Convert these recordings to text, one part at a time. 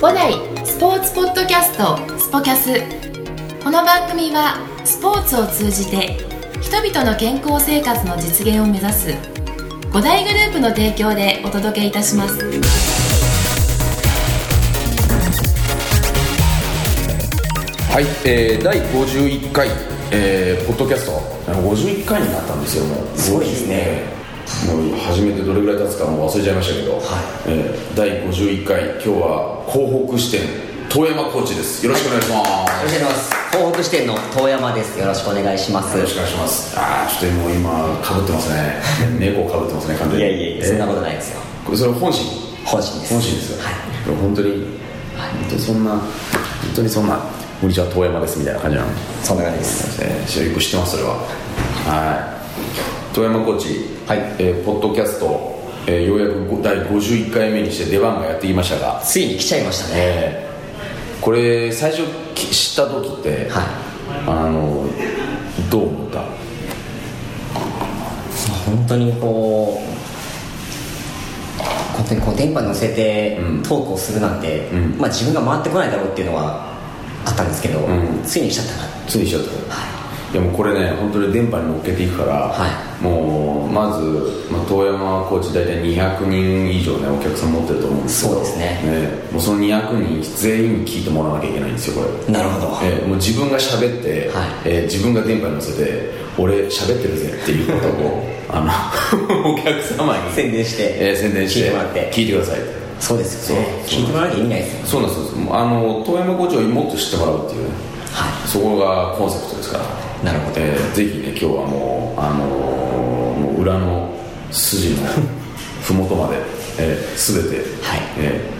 五代スポーツポッドキャストスポキャスこの番組はスポーツを通じて人々の健康生活の実現を目指す五大グループの提供でお届けいたしますはい、えー、第51回、えー、ポッドキャスト51回になったんですよもうすごいですねもう初めてどれぐらい経つかもう忘れちゃいましたけど、えー第51回今日は広北支店遠山コーチですよろしくお願いします、よろしくお願いします東北支店の遠山ですよろしくお願いしますよろしくお願いしますああちょっともう今かぶってます ね猫かぶってますね完全いにやいやいやえーそんなことないですよこれそれ本心本心です本心ですよ、はいでも本当に、本当にそんな本当にそんなこんにちは遠山ですみたいな感じなのそんな感じですえー、白井君知ってますそれははい遠山コーチ、はいえーポッドキャスト、えーようやくご第51回目にして出番がやってきましたが、ついに来ちゃいましたねえーこれ最初き知った時って、はいあのどう思った本当にこう本当にこう電波に乗せてうんトークをするなんて、うんまあ、自分が回ってこないだろうっていうのはあったんですけど、んついに来ちゃったなついにしちゃったいやもうこれね本当に電波に乗っけていくから、はもうまず、まあ、遠山コーチ大体200人以上ねお客さん持ってると思うんですけどそうですねもうその200人全員聞いてもらわなきゃいけないんですよこれなるほど、えーもう自分が喋って、はいえー自分が電波に乗せて俺喋ってるぜっていうこと をあの お客様に、宣伝して、えー宣伝して聞いてもらって聞いてくださいそうですよねそう聞いてもらわなきゃ意味ないですよそうなんですよもうあの遠山校長にもっと知ってもらうっていうねはそこがコンセプトですからなるほどえーぜひね今日はもうあのーもう裏の筋の 麓まで、えー、全て、はいえー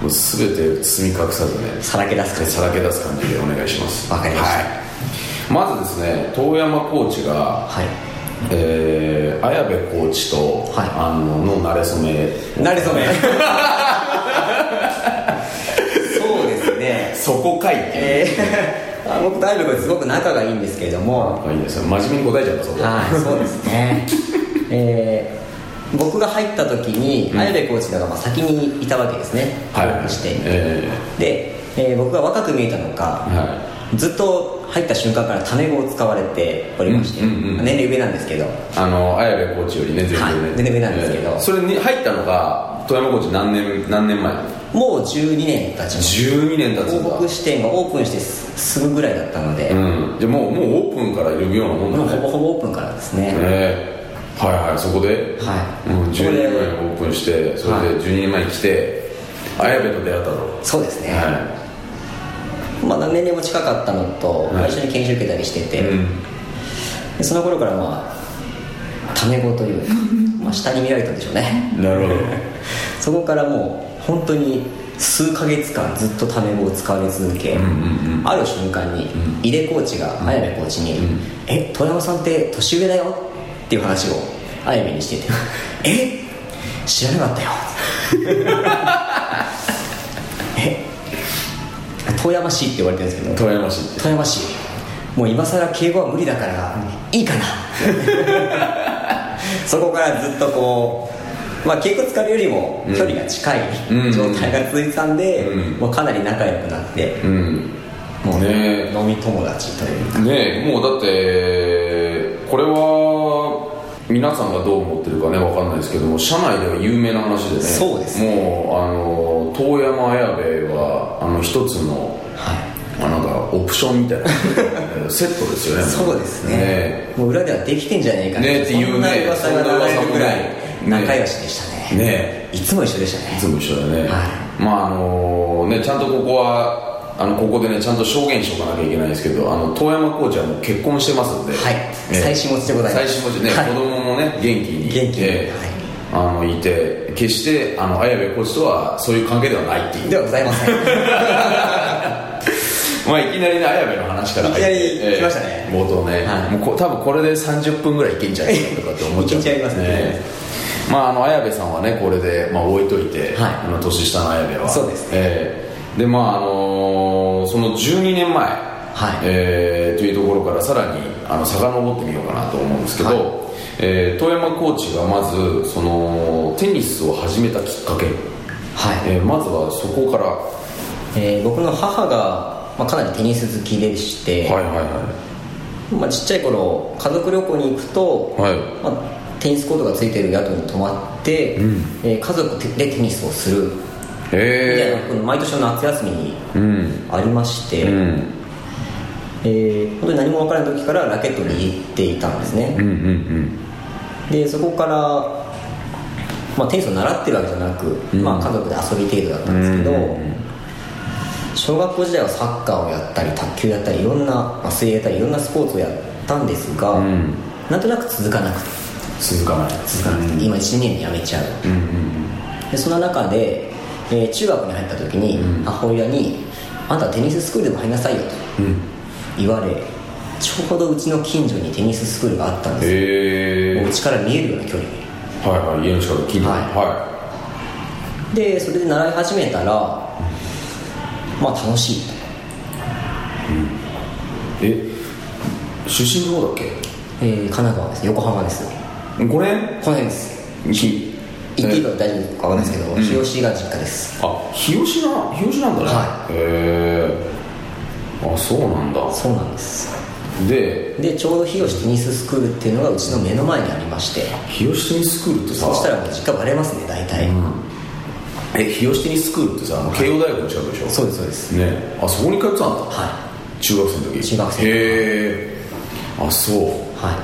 もう全て包み隠さずねいさらけ出す感じさらけ出す感じでお願いしますわかりましたはい、まずですね遠山コーチが、はいえー綾部コーチと、はいあのの馴れ初めなれそめそうですねそこかいっていうえー、あ 僕とアイブ君すごく仲がいいんですけれどもあいいですよ真面目に答えちゃったそこはいそうですねえー僕が入った時に綾部コーチがまあ先にいたわけですねはいして、えで、えー僕が若く見えたのか、はずっと入った瞬間からタメ語を使われておりまして、うんうんうん年齢上なんですけどあの綾部コーチよりね全はい全然上なんですけどそれに入ったのが遠山コーチ何年何年前もう12年経ちました12年経つん広告だ支店がオープンしてすぐぐらいだったので、うんじゃあもうもうオープンからいるようなもんだもうねほぼほぼオープンからですね、ええはいはいそこで、はいうん、12そこ年で前にオープンしてそれで12年前に来て、綾部と出会ったとそうですね、はまだ年齢も近かったのと、はい一緒に研修受けたりしてい、て、うん、でその頃からまあタメ語というか、まあ、下に見られたんでしょうねなるほど そこからもう本当に数ヶ月間ずっとタメ語を使われ続んけ、うんある瞬間に井出コーチが綾部コーチに「え遠山さんって年上だよ」っていう話を綾部にして て「え知らなかったよ」 え遠山市って言われてるんですけど富山市って富山市もう今更敬語は無理だからいい かなそこからずっとこう、まあ、敬語使うよりも距離が近うんうんい状態が続いてたんで、うんもうかなり仲良くなって、うんもうね飲み友達というかねえもうだってこれは皆さんがどう思ってるかねわかんないですけども社内では有名な話でねそうですもうあの遠山綾部はあの一つのはまあなんかオプションみ たいなえーセットですよねいもそうですねねもう裏ではできてんじゃねえかねっていうねそんな噂が流れるぐそんらいな噂もね仲良しでしたねねいつも一緒でしたいねつも一緒だね、はいまああのねちゃんとここはあのここでねちゃんと証言しとかなきゃいけないですけどあの遠山コーチはもう結婚してますんで、はい妻子持ちでございます妻子持ちね、はい子供もね元気に元気にえーあのいて決してあの綾部コーチとはそういう関係ではないっていうではございま せんまあいきなりね綾部の話から入っていきなり来ましたね冒頭ね、はいもうこ多分これで30分ぐらいいけんじゃないかとかって思っちゃう いけちゃいますねまああの綾部さんはねこれで、まあ、置いといて、はいあの年下の綾部はそうですねええでまああのーその12年前、はいええというところからさらにあの遡ってみようかなと思うんですけど、はいええ遠山コーチがまずそのテニスを始めたきっかけ、はいえーまずはそこからえー僕の母が、まあ、かなりテニス好きでして、はいはいまあ、ちっちゃい頃家族旅行に行くと、はいまあ、テニスコートがついてる宿に泊まって、うんえー家族でテニスをするみたへいなえこの毎年の夏休みにうんありまして、うんえー本当に何も分からない時からラケットを握っていたんですね、うんうんでそこから、まあ、テニスを習ってるわけじゃなく、うんまあ、家族で遊び程度だったんですけど、うんうんうん小学校時代はサッカーをやったり卓球やったりいろんな、まあ、水泳やったりいろんなスポーツをやったんですが、うんなんとなく続かなくて続かない続かなくて今1年でやめちゃううんうんでその中で、えー中学に入った時に母親に「あんたテニススクールでも入りなさいよ」うとん言われちょうどうちの近所にテニススクールがあったんですよへえお家から見えるような距離にはいはい家の近く近所はいはでそれで習い始めたらまあ楽しいいえ出身どこだっけえー神奈川です横浜ですここれの辺ですき行っていいか大丈夫かわかんないですけど、日吉が実家ですあ日吉な日吉なんだねはへえあそうなんだそうなんですででちょうど日吉テニススクールっていうのがうちの目の前にありまして日吉テニススクールってさそしたらもう実家バレますね大体、え日吉テニススクールってさあの慶応大学の近くでしょそうですそうですねあそこに通ってたんだは中学生の時中学生の時へえあそういは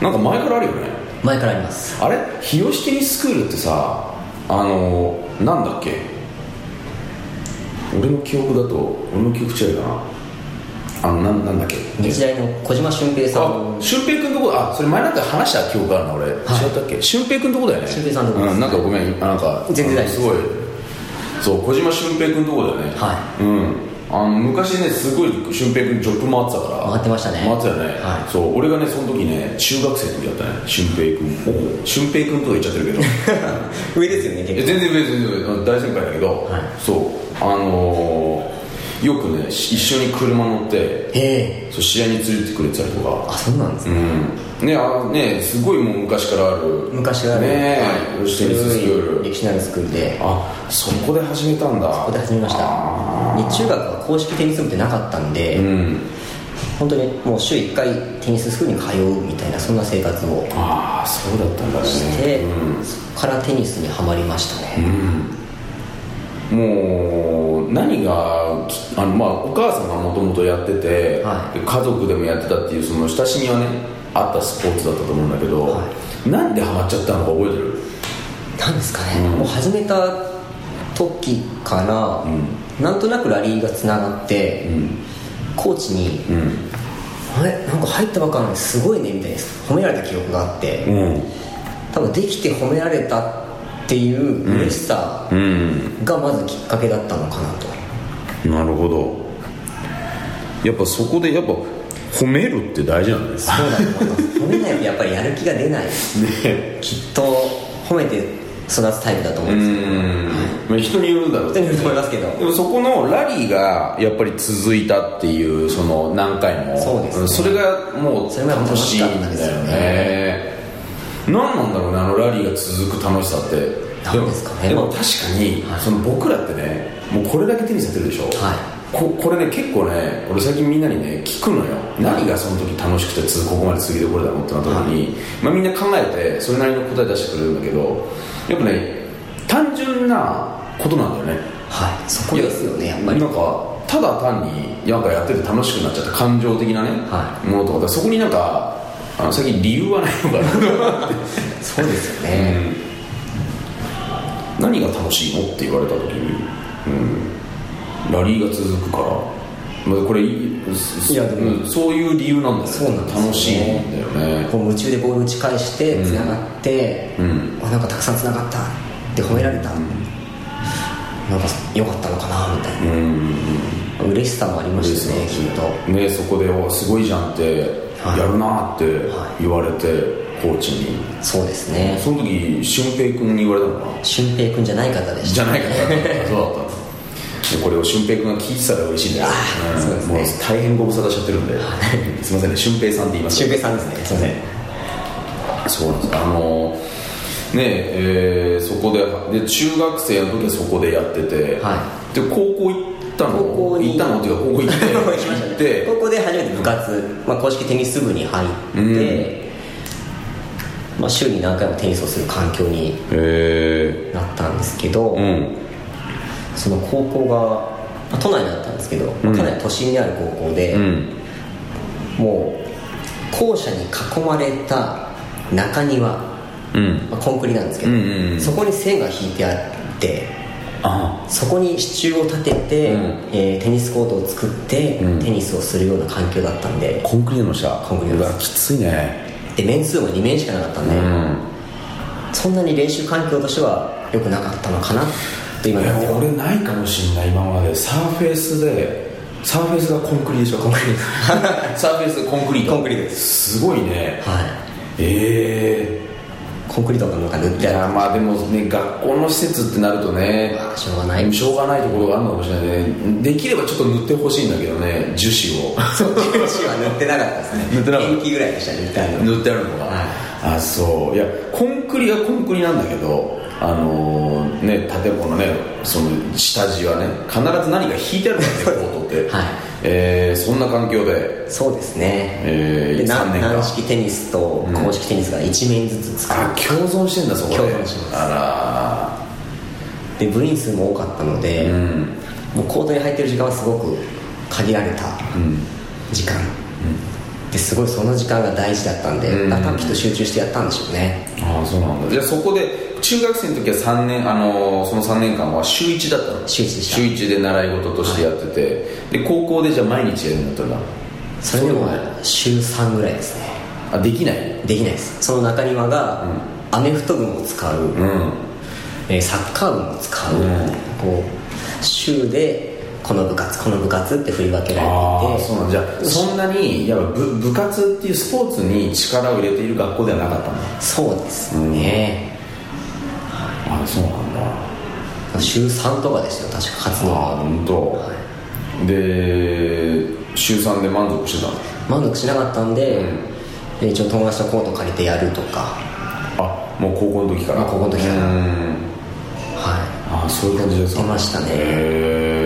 なんか前からあるよねい前からありますあれ日吉テニススクールってさあのなんだっけ俺の記憶だと俺の記憶違いかなあのなんなんだっけ日大の小島俊平さあん俊平君のとこあそれ前なんか話した記憶があるな俺、い違ったっけ俊平君のとこだよね俊平さんのとこですうん、なんかごめんあなんか全然大丈夫ですすごいそう小島俊平君のとこだよねはいうんあの昔ねすごい俊平君ジョップ回ってたから回ってましたね回ってたよね、はいそう俺がねその時ね中学生の時だったね俊平君俊平君とか言っちゃってるけど 上ですよねえ結全然別に全然あの大先輩だけど、はいそうあのー、よくねし一緒に車乗って構へえそう試合に連れてってくれてたりとかあそうなんですね、うんねあねすごいもう昔からある昔からねねはい吉テニススクー古いル歴史のあるスクールであそこで始めたんだそここで始めましたで中学は公式テニス部ってなかったんで、うん本当にもう週1回テニススクールに通うみたいなそんな生活をああそうだったんだねして、そこからテニスにはまりましたね、もう何がきあの、まあ、お母さんがもともとやってて、はいで家族でもやってたっていうその親しみはねあったスポーツだったと思うんだけど、はなんでハマっちゃったのか覚えてるなんですかね、もう始めた時から、なんとなくラリーがつながって、コーチに「うんあれなんか入ったばっかなのにすごいね」みたいに褒められた記憶があって、うん多分できて褒められたっていう嬉しさうんがまずきっかけだったのかなと、なるほどやっぱそこでやっぱ褒めるって大事なんですそうだと思います褒めないとやっぱりやる気が出ないねきっと褒めて育つタイプだと思うんですけど まあ、人によるだろう人によると思いますけどでもそこのラリーがやっぱり続いたっていうその何回もそうですねんそれがもそうれが楽楽ししいかっんたですだよよねね何なんだろうねあのラリーが続く楽しさって何ですかねでもでも確かに、はいその僕らってねもうこれだけテニスやってるでしょ、はいここれね結構ね俺最近みんなにね聞くのよ何がその時楽しくてつここまで続けてこれたのってなった時に、まあ、みんな考えてそれなりの答え出してくれるんだけどやっぱね単純なことなんだよねはいそこですよねやっぱりなんかただ単になんかやってて楽しくなっちゃった感情的なね、はものとかだからそこになんかあの最近理由はない のかなってそうですよね、何が楽しいのって言われた時に、うん、ラリーが続くから、まあ、これいいいやでもうんそういう理由なんだよねそうなんですよね楽しいんだよねこう夢中でボール打ち返してつながって、うんあなんかたくさんつながったって褒められた、なんか良かったのかなみたいな、嬉しさもありましたねきっとねそこでお「すごいじゃん」って「はいやるな」ってはい言われて、コーチにそうですねその時俊平君に言われたのかな俊平君じゃない方でしたじゃないかな そうだったでこれを俊平君が聞いてたら嬉しいんだよ、あーそうですねもう大変ご無沙汰しちゃってるんですいませんね俊平さんって言いました俊平さんですねすそいませんうなんですあのねええーそこでで中学生の時はそこでやってて、はで高校ったの高校行にったのっていうか高 校行って行ってここで初めて部活、まあ、公式テニス部に入って、まあ、週に何回もテニスをする環境にへなったんですけど、えうんその高校が、まあ都内だったんですけど、うんかなり都心にある高校で、うんもう校舎に囲まれた中庭、うんまあ、コンクリなんですけど、うんうんうんそこに線が引いてあってあそこに支柱を立てて、うんえーテニスコートを作って、うんテニスをするような環境だったんでコンクリートの下コンクリートうの下わきついねで面数も2面しかなかったんうで、んそんなに練習環境としては良くなかったのかなと今いなやっては俺ないかもしんない今までサーフェイスでサーフェイスがコンクリでしょコンクリ サーフェイスコンクリートコンクリートですごいねはいえコンクリートがなんか塗っえいてあるやまあでもね学校の施設ってなるとねまあしょうがないしょうがないところがあるのかもしれないねできればちょっと塗ってほしいんだけどね樹脂をそう手足は塗ってなかったですね塗ってなかった元気ぐらいでした塗ってあるの塗ってあるのが、はいあそういやコンクリはコンクリなんだけどあのーね建物のねその下地はね必ず何か引いてあるからねコートって、はいえーそんな環境で、そうですね、えーでな3年間軟式テニスと公式テニスが1面ずつ作るあ、共存してんだそこで共存してますあで部員数も多かったので、んもうコートに入ってる時間はすごく限られたらうん時間、ですごいその時間が大事だったんで、うんだからきっと集中してやったんでしょうねああそうなんだじゃあそこで中学生の時は3年、あのーその3年間は週1だったの週一でした週一で習い事としてやってて、で高校でじゃあ毎日やるようになったんだそれでも週3ぐらいですねあできないできないですその中庭が、うんアメフト部も使う、うんえーサッカー部も使う、うんこう週でこの部活この部活って振り分けられああていてそうなんじゃあそんなにやっぱ部部活っていうスポーツに力を入れている学校ではなかったんだそうですね、あそうなんだ週3とかでしたよ確かあ初のあ本当。で週3で満足してたの満足しなかったんで、で一応友達のコート借りてやるとかあもう高校の時からもう高校の時からうんはああそういう感じですかやってましたねへ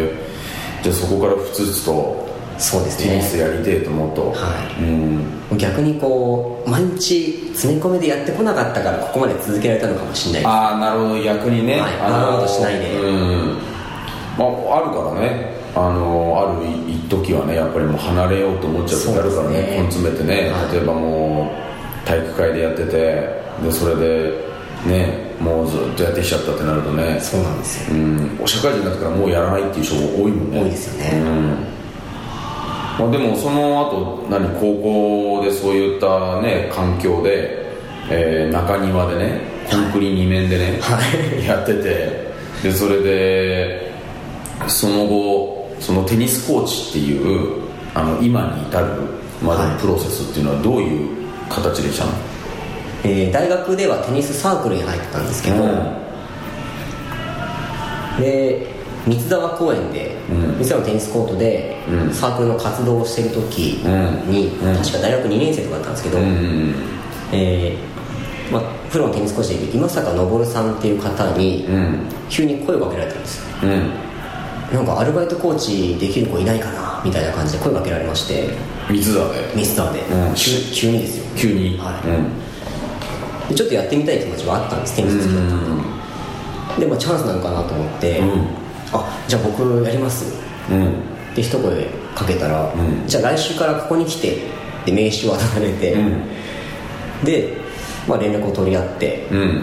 えじゃあそこからふつふつといそうですテニねスやりてえと思うとはうん逆にこう毎日詰め込みでやってこなかったからここまで続けられたのかもしれないですああなるほど逆にねはいあのーバウンドしないでうんまああるからねあのーある一時はねやっぱりもう離れようと思っちゃう時あるからそうねですね根詰めてねはい例えばもう体育会でやっててでそれでねもうずっとやってきちゃったってなるとねそうなんですようん社会人になってからもうやらないっていう人も多いもんね多いですよねうんまあ、でもその後何高校でそういったね環境で、えー中庭でねコンクリ2面でね、やっててでそれでその後そのテニスコーチっていうあの今に至るまではのいプロセスっていうのはどういう形でしたの、えー大学ではテニスサークルに入ってたんですけど、で三沢公園で、うん三沢のテニスコートで、うんサークルの活動をしてる時に、うん確か大学2年生とかだったんですけど、うんうんえーまあ、プロのテニスコーチで今坂昇さんっていう方に、うん急に声をかけられたんですようんうんなんかアルバイトコーチできる子いないかなみたいな感じで声かけられまして三つ沢でミスターで、うん急急にですよ急に、はいうんでちょっとやってみたい気持ちはあったんですテニス好きだったんで、でまあチャンスなのかなと思って、うんあじゃあ僕やりますうんで一声かけたら、んじゃあ来週からここに来てで名刺を渡されて、うんで、まあ、連絡を取り合ってうん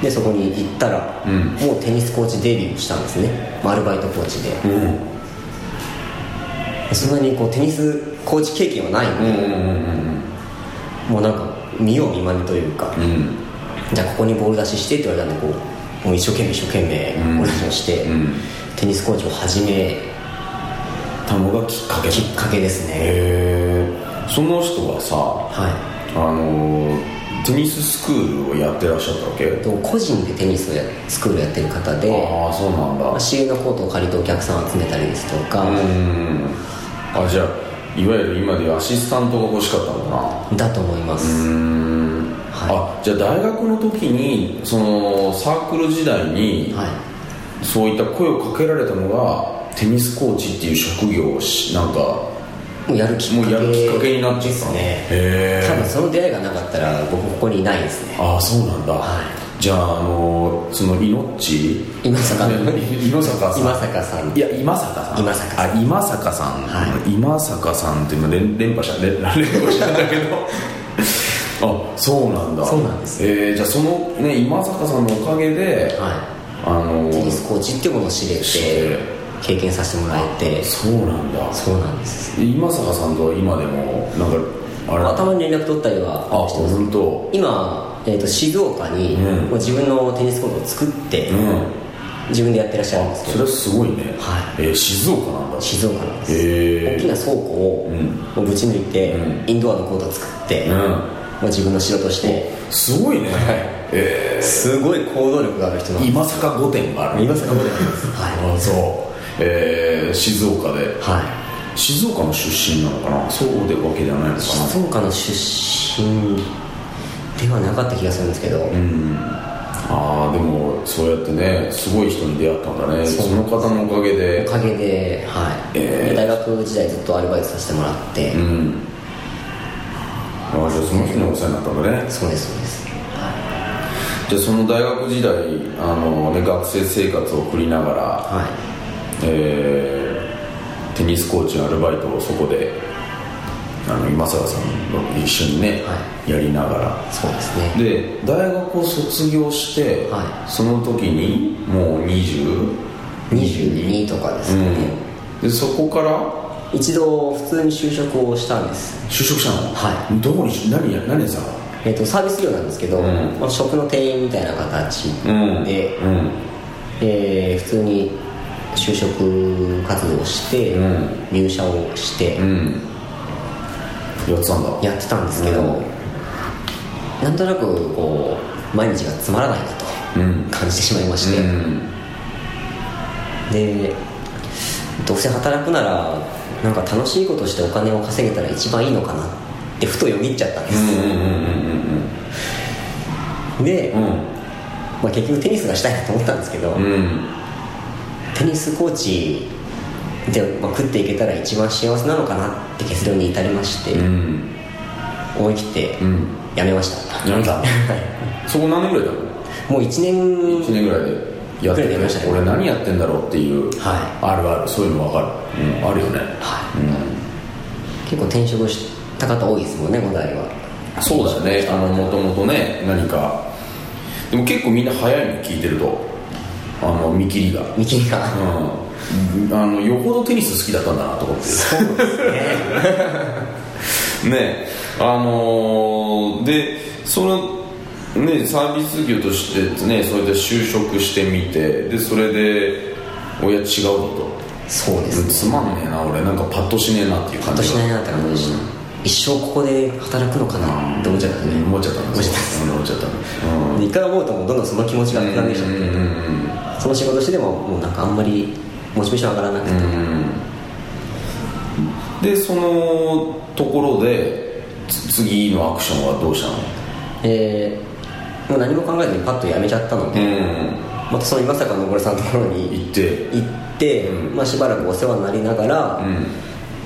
でそこに行ったら、うんもうテニスコーチデビューしたんですね、まあアルバイトコーチで、うんうんそんなにこうテニスコーチ経験はないんうんうんで、もうなんか見よう見まねというか、うんじゃあここにボール出ししてって言われたんでこうもう一生懸命一生懸命んボール出しをして、うんテニスコーチを始めたのがきっかけきっかけですね、へえその人はさはあのーテニススクールをやってらっしゃったわけいと個人でテニスをやスクールやってる方でああそうなんだまあ市営のコートを借りてお客さんを集めたりですとか、うんあじゃあいわゆる今でいうアシスタントが欲しかったのかなだと思います、うん、はあじゃあ大学の時にそのサークル時代に、はいそういった声をかけられたのがテニスコーチっていう職業をしなんかもうやるきっもかうけやるきっかけになっちゃでったすのねへー多分その出会いがなかったら僕ここにいないですねああそうなんだ、はじゃああのその命今坂の 今坂さん今坂さんいや今坂さん今坂さあ今坂さん、は今坂さんって今連連覇した連連覇したんだけど あそうなんだそうなんですえーじゃあそのね今坂さんのおかげで、はあのいテニスコーチっていうものを知れ知れて経験させてもらえてそうなんだそうなんです今坂さんとは今でもなんかあれ頭に連絡取ったりあはしてます本当今、えー、と静岡に、うんもう自分のテニスコートを作って、うん自分でやってらっしゃるんですけそれどはすごいね、はえー静岡なんだ静岡なんです、へー大きな倉庫をうんもうぶち抜いて、うインドアのコートを作って、うもんう自分の城としてすごいね、えすごい行動力がある人なんーで今坂御殿がある今坂御殿ありますはいあそうえー静岡で、すはい静岡の出身なのかなそうでわけではないのか静岡の出身ではなかった気がするんですけど、なうんああでもそうやってねすごい人に出会ったんだねそうその方のおかげおでかげで、はいえー大学時代ずっとアルバイトさせてもらって、うんあーじゃあその人にお世話になったんだねそうですそうですじゃあその大学時代あの、ね、学生生活を送りながら、はいえーテニスコーチのアルバイトをそこであの今坂さんと一緒にね、はやりながらそうですねで大学を卒業して、はいその時にもう20 22とかですうね、んでそこから一度普通に就職をしたんです就職したのはどこにし何や何やさえっとサービス業なんですけど、んまあ、職の定員みたいな形で、うんうんえー普通に就職活動して、うん入社をしてうんやってたんだやってたんですけど、うんなんとなくこう毎日がつまらないなとうん感じてしまいまして、うんでどうせ働くならなんか楽しいことしてお金を稼げたら一番いいのかなってふとよぎっちゃったんでうす、んうんで、うんうんまあ、結局テニスがしたいなと思ったんですけど、うんうんテニスコーチで、まあ、食っていけたら一番幸せなのかなって結論に至りまして、うん思い切ってうん辞めました、やめ たそこ何年ぐらいだろうもう1年1年ぐらいでやってぐらいでやりましたてね俺何やってんだろうっていう、はあるあるそういうの分かる、うん、あるよね、はいうん、結構転職した方多いですもんね五代はそうだよねあのもともとね何かでも結構みんな早いの聞いてるとあの見切りが、見切りが、うん、あのよほどテニス好きだったんだなと思ってそうですね ねあのーでそのねサービス業としてねそれで就職してみてでそれで親違うだとそうですうんつまんねえな俺なんかパッとしねえなっていうパ感ッとじしがないなって感じでした、一生ここで働くのかなって思っちゃったうんね思っちゃったんですよ思っちゃったんですうんで一回思うともうどんどんその気持ちが膨らんできちゃって、うんうんその仕事してでももうなんかあんまりモチベーション上がらなくて、うんでそのところでつ次のアクションはどうしたのえーもう何も考えずにパッと辞めちゃったので、んまたその今坂昇さんのところに行って行って、うまあ、しばらくお世話になりながら、うん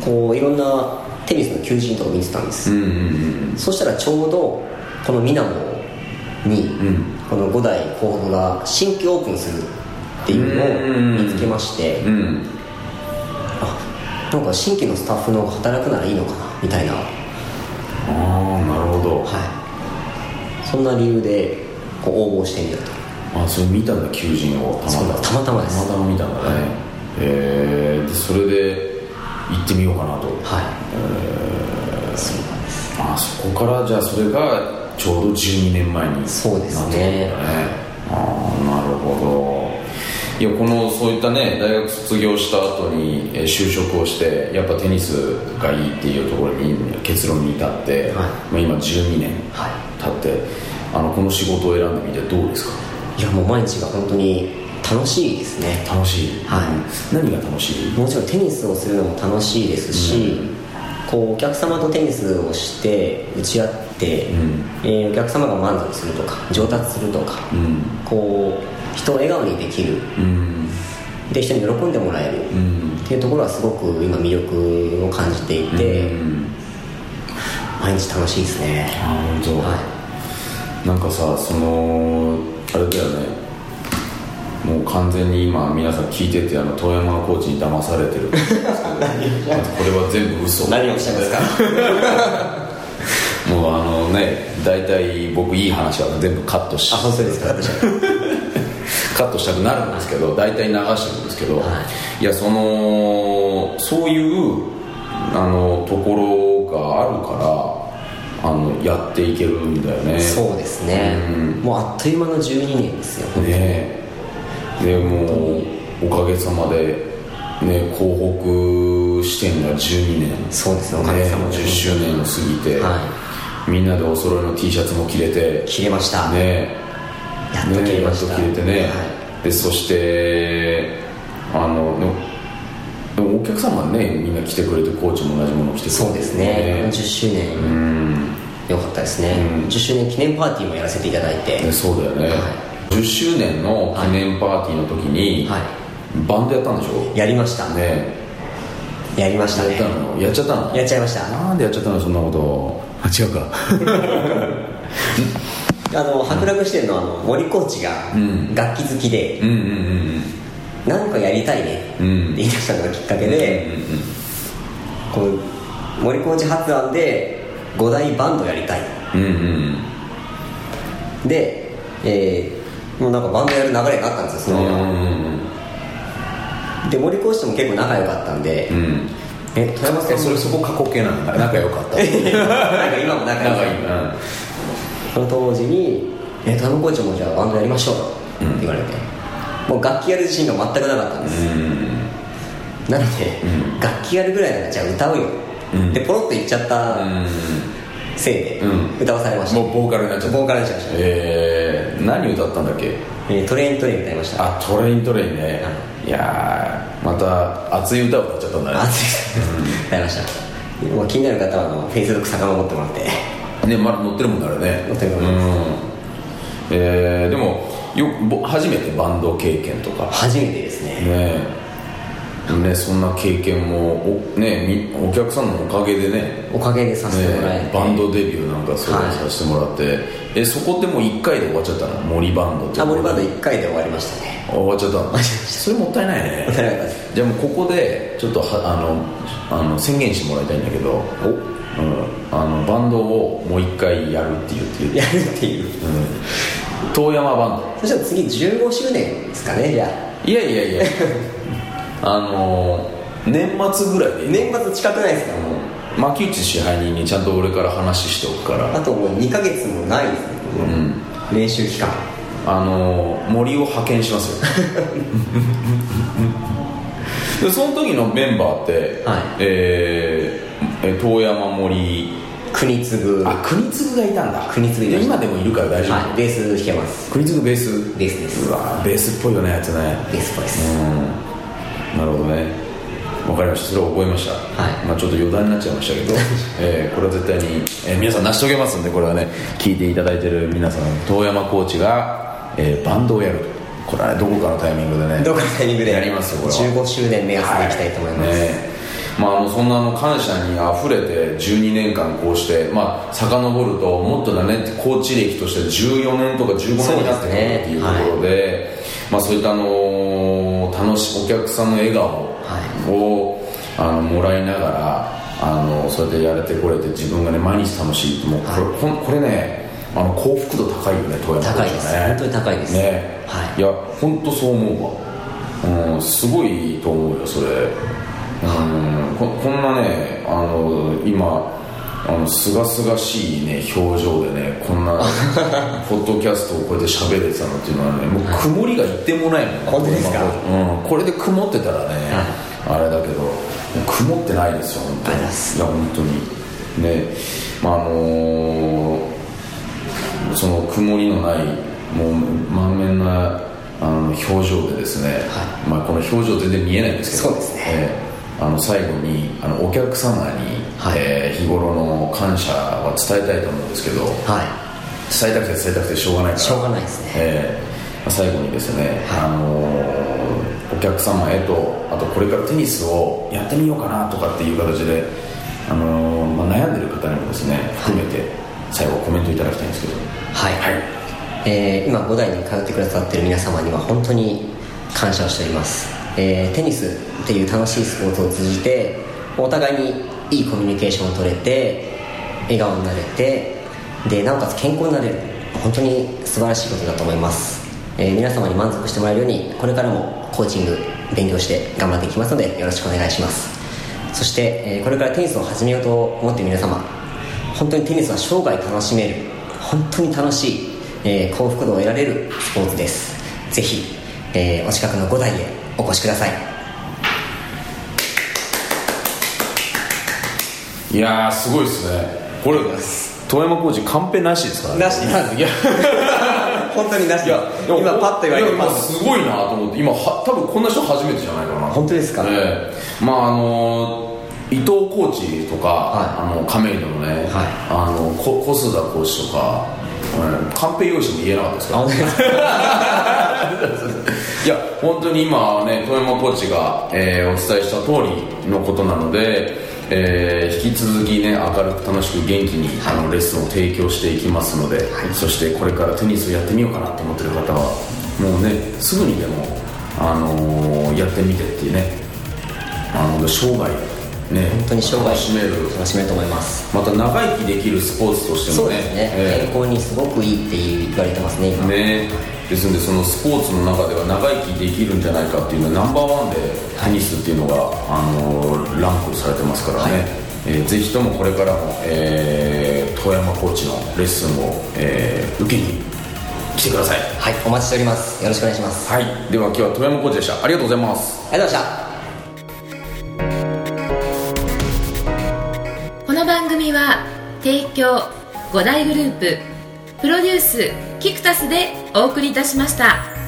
こういろんなテニスの求人とか見てたんです、うんうんそしたらちょうどこのミナモに、んこの5代候補が新規オープンするっていうのを見つけまして、うんうんあなんか新規のスタッフの働くならいいのかなみたいな、はああなるほどい、そんな理由でこう応募してみようとあそれ見たんだ求人をたまたまそうたまたまですたまたま見たんだねえーでそれで行ってみようかなとはいそうなんですあそこからじゃあそれがちょうど12年前にそうですねなってるんだねああなるほどいやこのそういったね大学卒業した後にえー就職をしてやっぱテニスがいいっていうところに結論に至って、いまあ今12年は経ってあのこの仕事を選んでみてどうですかいいやもう毎日が本当に楽しいですね楽しい、はい何が楽しいもちろんテニスをするのも楽しいですし、こうお客様とテニスをして打ち合って、んえーお客様が満足するとか上達するとか、うんこう人を笑顔にできるうんで人に喜んでもらえるっていうところはすごく今魅力を感じていて、毎日楽しいですねあ本当、はなんかさそのあれだよねもう完全に今皆さん聞いててあの遠山のコーチに騙されてるんですけど これは全部嘘い何をおっしゃいますかもうあのね大体僕いい話は全部カットし あ本当ですか 私はカットしたくなるんですけど大体流してるんですけど、、はいやそのそういうあのところがあるからあのやっていけるんだよねそうですねうんもうあっという間の12年ですよ本当にねでもうおかげさまで、ね、広北支店が12年そうですねおかげさまでね10周年を過ぎて、はみんなでお揃いの T シャツも着れて切れました、ねやっと切れました、ねやっと切れてね、はでそしてあのでもでもお客様はねみんな来てくれてコーチも同じものを着てくれていそうですね10周年、うんよかったですね、10周年記念パーティーもやらせていただいて、ねそうだよね、はい10周年の記念パーティーの時に、はバンドやったんでしょやりました、ねやりましたやっねたのやっちゃったのやっちゃいましたなんでやっちゃったのそんなことあ違うかあの博楽支店のあの森コーチがうん楽器好きでうんうんうん何かやりたいねっうてん言い出したのがきっかけうでんこう森コーチ発案で5大バンドやりたいうんうんうんで、えーもうなんかバンドやる流れがあったんですよそうのんままで森コーチとも結構仲良かったんで、うんうんえ富山さんえそれそこ過去形なんだ仲良かった なんか今も仲良仲かいいなその当時に「え田野コーチもじゃあバンドやりましょう」って言われて、もう楽器やる自信が全くなかったんです、なので、楽器やるぐらいならじゃあ歌うよ、うんでポロッと言っちゃったせいで、うん歌わされましたもうボーカルになっちゃったボーカルになっちゃいました、えー、何歌ったんだっけえートレイントレイン歌いましたあトレイントレインねいやーまた熱い歌を歌っちゃったんだね熱い 歌いましたもう気になる方はあの Facebook 遡ってもらってねまだ乗ってるもんだあれね乗ってるう乗ってるんえー、でもよぼ初めてバンド経験とか初めてですねねえねそんな経験もお,、ね、みお客さんのおかげでねおかげでさせてもらえて、ねバンドデビューなんかそういうのさせてもらって、えそこでもう1回で終わっちゃったの森バンドってあ森バンド1回で終わりましたね終わっちゃったのそれもったいないねも ったいなかったですじゃあもうここでちょっとはあのあの宣言してもらいたいんだけど、うん、あのバンドをもう一回やるって言って言やって、るっていううん、遠山バンそしたら次15周年ですかねじゃあドいやいやい やあの年末ぐらいで年末近くないですかもう牧内支配人にちゃんと俺から話しておくからあともう2ヶ月もないですね、ん練習期間あの森を派遣し ますよでその時のメンバーって、はいえーえ遠山森国次ぐあ国次がいたんだ国次いました今でもいるから大丈夫、はいベース弾けます国次ベースベースですうわベースっぽいよねやつねベースっぽいです、うんなるほどねわかりましたそれを覚えました、はいまあ、ちょっと余談になっちゃいましたけ ど、えーこれは絶対に、えー皆さん成し遂げますんでこれはね聞いていただいてる皆さん遠山コーチが、えーバンドをやるとこれはねどこかのタイミングでねどこのタイミングでやりますよこれは15周年目指していきたいと思います、ねまあ、あのそんなあの感謝にあふれて12年間こうして、まあ遡るともっとだねコーチ歴として14年とか15年になってくるっていうところでまあ、そういった、あのー楽しいお客さんの笑顔を、あのもらいながらあのそうやってやれてこれて自分がね毎日楽しいもうこれ,ほん、これねあの幸福度高いよね富山高いですコーチはね本当に高いですねはいいや本当そう思うわ、うん、すごいと思うよそれ、うん、ここんなねあの今あのすがすがしい、ね、表情でねこん なポッドキャストをこうやって喋れてたのっていうのはねもう曇りが一点もないもん本当ですかうん、これで曇ってたらね、あれだけどもう曇ってないですよ本当ありがとうございにますや本当にねまああのーその曇りのないもう満面なあの表情でですね、まあ、この表情全然見えないんですけどそうですねええあの最後にあのお客様に、はいええ日頃の感謝は伝えたいと思うんですけどは伝えたくて伝えたくてしょうがないかいらしょうがないですねええまあ最後にですね、あのーお客様へとあとこれからテニスをやってみようかなとかっていう形で、あのーまあ、悩んでる方にもですね含めて最後コメントいただきたいんですけどはい、えー今5代に通ってくださってる皆様には本当に感謝をしております、えーテニスっていう楽しいスポーツを通じてお互いにいいコミュニケーションを取れて笑顔になれてでなおかつ健康になれる本当に素晴らしいことだと思います、えー皆様に満足してもらえるようにこれからもコーチング勉強して頑張っていきますのでよろしくお願いしますそして、えーこれからテニスを始めようと思っている皆様本当にテニスは生涯楽しめる本当に楽しい、えー幸福度を得られるスポーツですぜひ、えーお近くの5台へお越しくださいいやーすごいですねこれ遠山コーチカンペなしですからねなしなんいや 本当になしいやでも今パッと言われていやパ今ッとすごいなと思って今は多分こんな人初めてじゃないかな本当ですかええまああの伊藤コーチとか、はあの亀井のね、あのこ小須田コーチとか、うん、カンペ用紙も言えなかったですかあら本当ですかいや本当に今ね富山コーチが、えーお伝えした通りのことなので、えー引き続きね明るく楽しく元気に、あのレッスンを提供していきますので、そしてこれからテニスをやってみようかなと思ってる方はもうねすぐにでも、あのーやってみてっていうねあの生涯ね本当に生涯楽しめる楽しめると思いますまた長生きできるスポーツとしてそもうねですね、ええ健康にすごくいいって言われてますね今ね、ですのでそのスポーツの中では長生きできるんじゃないかっていうのはナンバーワンでテニスっていうのが、あのランクされてますからね、えーぜひともこれからも、えー、遠山コーチのレッスンを、えー受けに来てくださいはいお待ちしておりますよろしくお願いしますはいでは今日は遠山コーチでしたありがとうございますありがとうございましたこの番組は提供五大グループプロデュースキクタスでお送りいたしました。